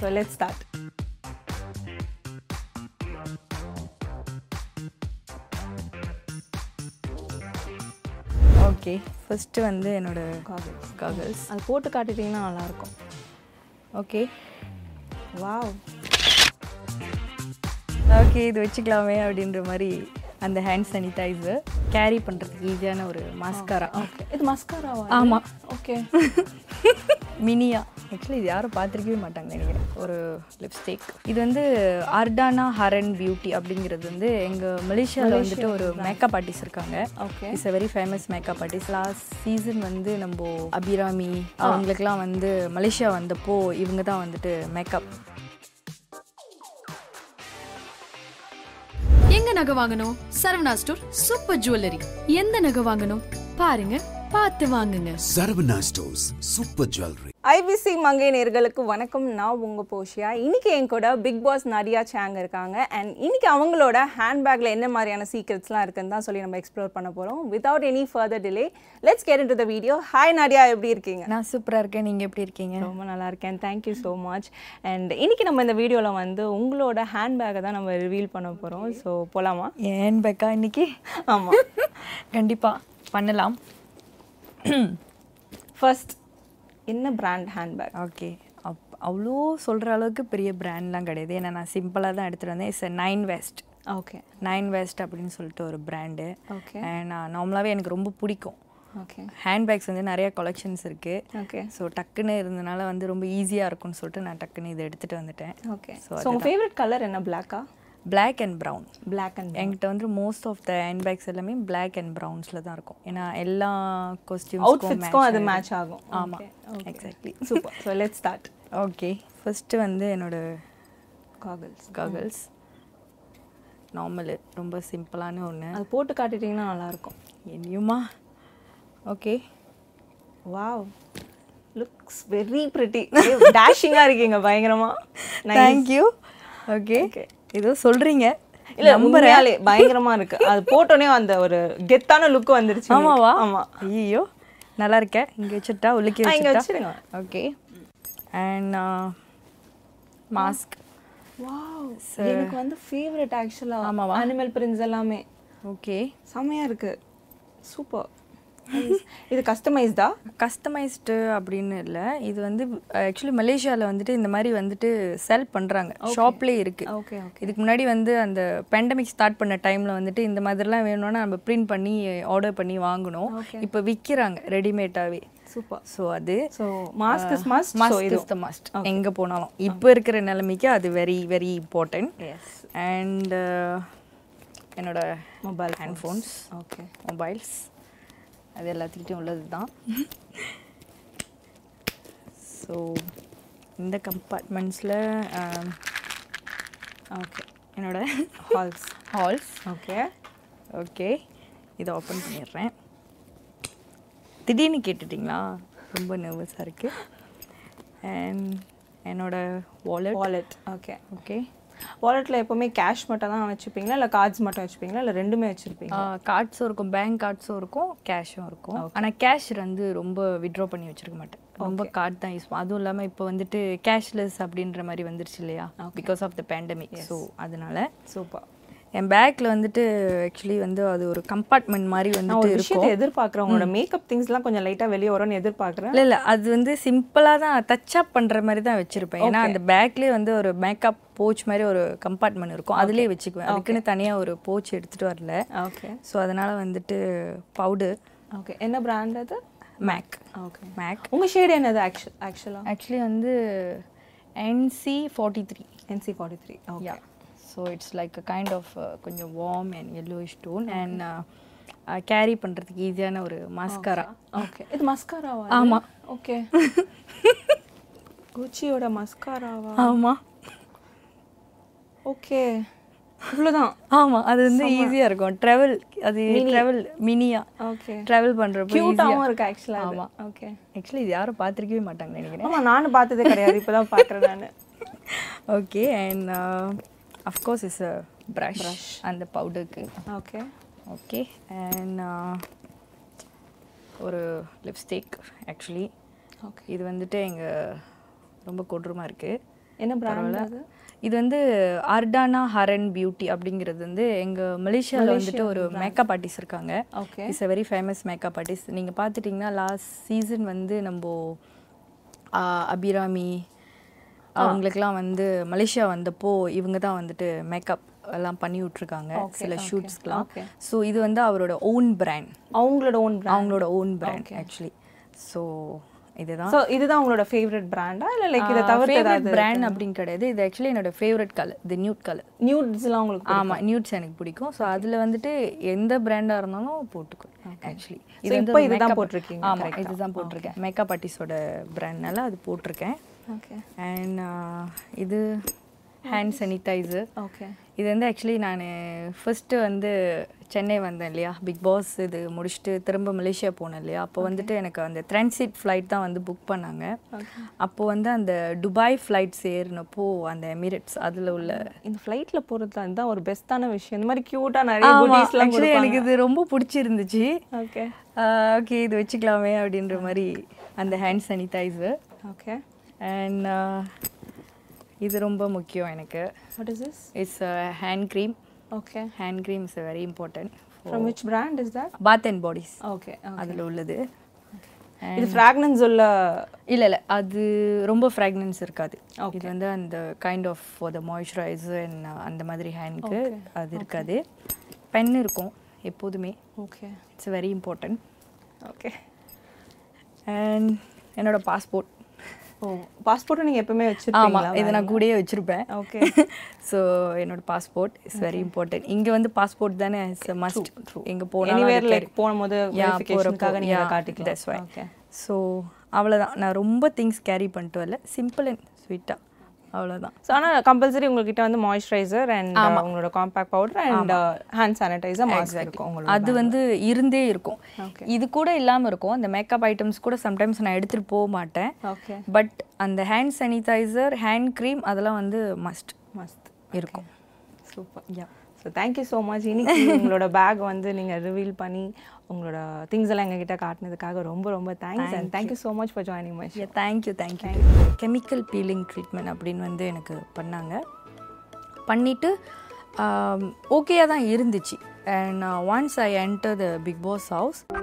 So let's start. Okay first வந்து என்னோட goggles goggles அது போட்டு காட்டிட்டீங்கன்னா நல்லாயிருக்கும் ஓகே வாவ் ஓகே இது வச்சுக்கலாமே அப்படின்ற மாதிரி அந்த ஹேண்ட் சானிடைசர் கேரி பண்ணுறதுக்கு ஈஸியான ஒரு மாஸ்காரா ஓகே இது மஸ்காராவா ஆமா. ஓகே மினியா ஆக்சுவலி இது யாரும் பார்த்துருக்கவே மாட்டாங்க நினைக்கிறேன் ஒரு லிப்ஸ்டிக் இது வந்து அர்டானா ஹரன் பியூட்டி அப்படிங்கிறது வந்து எங்கள் மலேசியாவில் வந்துட்டு ஒரு மேக்கப் ஆர்டிஸ்ட் இருக்காங்க okay it's a very famous makeup artist last season வந்து நம்ம அபிராமி அவங்களுக்குலாம் வந்து மலேசியா வந்தப்போ இவங்க தான் வந்துட்டு மேக்கப் எங்க நகை வாங்கணும் சரவணா ஸ்டோர் சூப்பர் ஜுவல்லரி எந்த நகை வாங்கணும் பாருங்க பார்த்து வாங்குங்க Saravana stores super jewellery IBC Mangai நேர்களுக்கு வணக்கம் நான் உங்கள் போஷியா இன்னைக்கு என் கூட பிக் பாஸ் நரியா சாங் இருக்காங்க அண்ட் இன்னைக்கு அவங்களோட ஹேண்ட்பேக்கில் என்ன மாதிரியான சீக்ரெட்ஸ்லாம் இருக்குன்னு தான் சொல்லி நம்ம எக்ஸ்ப்ளோர் பண்ண போகிறோம் without any further delay let's get in the video hi Nadia எப்படி இருக்கீங்க நான் சூப்பராக இருக்கேன் நீங்கள் எப்படி இருக்கீங்க ரொம்ப நல்லா இருக்கேன் தேங்க்யூ ஸோ மச் அண்ட் இன்னைக்கு நம்ம இந்த வீடியோவில் வந்து உங்களோட ஹேண்ட்பேக்கை தான் நம்ம ரிவீல் பண்ண போகிறோம் ஸோ போகலாமா ஏன் பெக்கா இன்னைக்கு ஆமாம் கண்டிப்பாக பண்ணலாம் ஃபர்ஸ்ட் என்ன பிராண்ட் ஹேண்ட்பேக் ஓகே அப் அவ்வளோ சொல்கிற அளவுக்கு பெரிய பிராண்ட்லாம் கிடையாது ஏன்னா நான் சிம்பிளாக தான் எடுத்துகிட்டு வந்தேன் it's Nine West okay Nine West அப்படின்னு சொல்லிட்டு ஒரு பிராண்டு Okay. நான் நார்மலாகவே எனக்கு ரொம்ப பிடிக்கும் ஓகே ஹேண்ட்பேக்ஸ் வந்து நிறைய கலெக்ஷன்ஸ் இருக்குது ஓகே ஸோ டக்குன்னு இருந்தனால வந்து ரொம்ப ஈஸியாக இருக்கும்னு சொல்லிட்டு நான் டக்குன்னு இதை எடுத்துகிட்டு வந்துட்டேன் ஓகே So, ஸோ உங்கள் ஃபேவரட் கலர் என்ன பிளாக்கா Black and brown black and என்கிட்ட வந்து மோஸ்ட் ஆஃப் த ஹேண்ட்பேக்ஸ் எல்லாமே Black அண்ட் ப்ரௌன்ஸில் தான் இருக்கும் ஏன்னா எல்லா அவுட்ஃபிட்ஸ்க்கும் அது கொஸ்டியூம்ஸ்க்கும் மேட்ச் ஆகும் ஆமாம் exactly super so let start okay first வந்து என்னோட காகல்ஸ் goggles நார்மலு ரொம்ப சிம்பிளான ஒன்று அது போட்டு காட்டிட்டீங்கன்னா நல்லாயிருக்கும் என்னையுமா okay wow looks very pretty டேஷிங்காக இருக்கீங்க பயங்கரமா தேங்க்யூ ஓகே ஏதோ சொல்கிறீங்க இல்ல உண்மையாலே பயங்கரமா இருக்கு அது போட்டோனே அந்த ஒரு கெத்தான லுக் வந்துருச்சு ஆமாவா ஆமா ஐயோ நல்லா இருக்கேன் இங்கே வச்சுட்டா உள்ளுக்கே ஆ, இங்க வச்சுட்டா uh, வச்சிருங்க. ஓகே அண்ட் மாஸ்க் வாவ் எனக்கு வந்து ஃபேவரட் ஆக்சுவலா ஆமாவா? அனிமல் பிரின்ஸ் எல்லாமே ஓகே செமையா இருக்கு சூப்பர் இது கஸ்டமைஸ்டா கஸ்டமைஸ்டு அப்படின்னு இல்லை இது வந்து ஆக்சுவலி மலேசியாவில் வந்துட்டு இந்த மாதிரி வந்துட்டு செல் பண்ணுறாங்க ஷாப்லேயே இருக்குது ஓகே இதுக்கு முன்னாடி வந்து அந்த பேண்டமிக் ஸ்டார்ட் பண்ண டைமில் வந்துட்டு இந்த மாதிரிலாம் வேணும்னா நம்ம பிரிண்ட் பண்ணி ஆர்டர் பண்ணி வாங்கணும் இப்போ விற்கிறாங்க ரெடிமேடாகவே சூப்பர் ஸோ அது uh, so mask is mask so must இது இஸ் த மஸ்ட் எங்கே போனாலும் இப்போ இருக்கிற நிலைமைக்கு அது very very important yes and uh, என்னோட mobile hand phones okay mobiles அது எல்லாத்துக்கிட்டையும் உள்ளது தான் ஸோ இந்த கம்பார்ட்மெண்ட்ஸில் ஓகே என்னோட ஹால்ஸ் ஹால்ஸ் ஓகே ஓகே இதை ஓப்பன் பண்ணிடுறேன் திடீர்னு கேட்டுட்டிங்களா ரொம்ப நர்வஸாக இருக்குது அண்ட் என்னோட வாலெட் வாலெட் ஓகே ஓகே வாலெட்ல எப்பவுமே கேஷ் மட்டும் தான் வச்சுப்பீங்களா இல்ல கார்ட்ஸ் மட்டும் வச்சுப்பீங்களா இல்ல ரெண்டுமே வச்சிருப்பீங்க கார்ட்ஸும் இருக்கும் பேங்க் கார்ட்ஸும் இருக்கும் கேஷும் இருக்கும் ஆனால் கேஷ் வந்து ரொம்ப வித்ட்ரா பண்ணி வச்சிருக்க மாட்டேன் ரொம்ப கார்ட் தான் யூஸ் அதுவும் இல்லாமல் இப்போ வந்துட்டு கேஷ்லெஸ் அப்படின்ற மாதிரி வந்துருச்சு இல்லையா because of the pandemic so அதனால சூப்பர் என் பேக்ல வந்துட்டு ஆக்சுவலி வந்து அது ஒரு கம்பார்ட்மெண்ட் மாதிரி நான் ஒரு வந்துட்டு விஷயத்தை எதிர்பார்க்குறேன் உங்களோட மேக்கப் திங்ஸ்லாம் கொஞ்சம் லைட்டா வெளியே வரும்னு எதிர்பார்க்குறேன் இல்ல இல்ல அது வந்து சிம்பிளா தான் டச் அப் பண்ற மாதிரி தான் வச்சிருப்பேன் ஏன்னா அந்த பேக்லயே வந்து ஒரு மேக்கப் போச் மாதிரி ஒரு கம்பார்ட்மெண்ட் இருக்கும் அதுலயே வச்சுக்குவேன் அதுக்குன்னு தனியா ஒரு போச் எடுத்துட்டு வரல ஓகே ஸோ அதனால வந்துட்டு பவுடர் ஓகே என்ன பிராண்ட் அது மேக் ஓகே மேக் உங்க ஷேடு என்னது ஆக்சுவல் ஆக்சுவலா ஆக்சுவலி வந்து NC forty three NC forty three okay yeah so it's like a kind of uh, கொஞ்சம் warm and yellowish uh, tone and carry பண்ணுறதுக்கு ஈஸியான ஒரு மாஸ்காரா ஓகே இது மஸ்காராவா ஆமா. ஓகே குச்சியோட மஸ்காராவா ஆமாம் ஓகே இவ்வளோதான் ஆமாம் அது வந்து ஈஸியாக இருக்கும் ட்ராவல் அது ட்ராவல் மினியா ஓகே ட்ராவல் பண்ணுறப்போ கியூட்டாகவும் இருக்கு ஆக்சுவலாக ஆமா. ஆமாம் ஓகே ஆக்சுவலி இது யாரும் பார்த்துருக்கவே மாட்டாங்க நினைக்கிறேன் ஆமா நானும் பார்த்ததே கிடையாது இப்பதான் பார்க்குறேன் நான் okay and of course is a brush அந்த பவுடருக்கு ஓகே ஓகே அண்ட் uh, ஒரு லிப்ஸ்டிக் ஆக்சுவலி ஓகே இது வந்துட்டு எங்கள் ரொம்ப கொடூரமாக இருக்குது என்ன பிராண்ட் பரவாயில்ல இது வந்து அர்டானா ஹரன் பியூட்டி அப்படிங்கிறது வந்து எங்க மலேசியால வந்துட்டு ஒரு மேக்கப் ஆர்டிஸ்ட் இருக்காங்க okay is a very famous makeup artist நீங்க பார்த்துட்டிங்கன்னா லாஸ்ட் சீசன் வந்து நம்ம ஆ, அபிராமி அவங்களுக்குலாம் வந்து மலேசியா வந்தப்போ இவங்க தான் வந்துட்டு மேக்கப் எல்லாம் பண்ணி விட்ருக்காங்க சில ஷூட்ஸ்க்குலாம் ஸோ இது வந்து அவரோட ஓன் பிராண்ட் அவங்களோட ஓன் பிராண்ட் அவங்களோட ஓன் பிராண்ட் ஆக்சுவலி ஸோ இதுதான் ஸோ இதுதான் உங்களோட ஃபேவரட் பிராண்டா இல்லை லைக் இதை தவிர்த்து ஃபேவரட் ஏதாவது பிராண்ட் அப்படின்னு கிடையாது இது ஆக்சுவலி என்னோட favourite colour the nude colour நியூட்ஸ்லாம் உங்களுக்கு ஆமா நியூட்ஸ் எனக்கு பிடிக்கும் ஸோ அதுல வந்துட்டு எந்த பிராண்டா இருந்தாலும் போட்டுக்குவேன் ஆக்சுவலி So, இப்போ இதுதான் போட்டிருக்கீங்க, ஆமா இதுதான் போட்டிருக்கேன் மேக்கப் ஆர்டிஸ்டோட பிராண்ட்னால அது போட்டிருக்கேன் ஓகே அண்ட் uh, இது ஹேண்ட் சானிடைசர் ஓகே இது வந்து ஆக்சுவலி நான் ஃபர்ஸ்ட் வந்து சென்னை வந்தேன் இல்லையா பிக் பாஸ் இது முடிச்சுட்டு திரும்ப மலேசியா போனேன் இல்லையா அப்போ வந்துட்டு எனக்கு அந்த ட்ரான்சிட் ஃப்ளைட் தான் வந்து புக் பண்ணாங்க அப்போ வந்து அந்த துபாய் ஃப்ளைட்ஸ் ஏறினப்போ அந்த எமிரேட்ஸ் அதில் உள்ள இந்த ஃப்ளைட்ல போறது தான் இதுதான் ஒரு பெஸ்ட்டான விஷயம் இந்த மாதிரி கியூட்டா நிறைய ஆமா, குட்டீஸ்லாம் actually எனக்கு இது ரொம்ப பிடிச்சிருந்துச்சு ஓகே ஓகே இது வச்சுக்கலாமே அப்படின்ற மாதிரி அந்த hand sanitiser okay and uh, இது ரொம்ப முக்கியம் எனக்கு what is this it's hand cream okay hand cream is very important from which brand is that Bath and Bodies okay அதில் உள்ளது இது ஃப்ராக்னன்ஸ் உள்ள இல்லை இல்லை அது ரொம்ப ஃப்ராக்னன்ஸ் இருக்காது இது வந்து அந்த kind of for the moisturiser and uh, அந்த மாதிரி ஹேண்ட்க்கு அது இருக்காது பென் இருக்கும் எப்போதுமே okay it's very important okay and என்னோட பாஸ்போர்ட் ஓ பாஸ்போர்ட்டை நீங்க எப்பவுமே ஆமா வச்சிருப்பீங்களா இதை நான் கூடயே வச்சிருப்பேன் ஓகே ஸோ என்னோட பாஸ்போர்ட் இஸ் வெரி இம்பார்ட்டன்ட் இங்க வந்து பாஸ்போர்ட் தானே இஸ் மஸ்ட் எங்க எனிவேர் போனாலும் லைக் போகும்போது வெரிஃபிகேஷனுக்காக நீங்க இதை காட்டிக்கலாம் தட்ஸ் வை ஓகே ஸோ அவ்வளோதான் நான் ரொம்ப திங்ஸ் கேரி பண்ணிட்டு வரல சிம்பிள் அண்ட் ஸ்வீட்டாக அவ்வளோதான் ஸோ ஆனால் கம்பல்சரி உங்ககிட்ட வந்து மாய்ஸ்சரைசர் அண்ட் உங்களோட compact powder and hand sanitiser mask இருக்கும் உங்களுக்கு அது வந்து இருந்தே இருக்கும் இது கூட இல்லாமல் இருக்கும் அந்த மேக்கப் ஐட்டம்ஸ் கூட சம்டைம்ஸ் நான் எடுத்துகிட்டு போக மாட்டேன் ஓகே பட் அந்த ஹேண்ட் சானிடைசர் ஹேண்ட் க்ரீம் அதெல்லாம் வந்து மஸ்ட் மஸ்த் இருக்கும் super Yeah. So thank you so much இன்னைக்கு உங்களோட பேக் வந்து நீங்கள் ரிவீல் பண்ணி உங்களோட திங்ஸ் எல்லாம் எங்ககிட்ட காட்டினதுக்காக ரொம்ப ரொம்ப thanks and thank you so much for joining much Yeah, thank you thank you chemical peeling treatment அப்படின்னு வந்து எனக்கு பண்ணாங்க பண்ணிவிட்டு uh, ஓகேயாக தான் இருந்துச்சு and once I enter the Bigg Boss house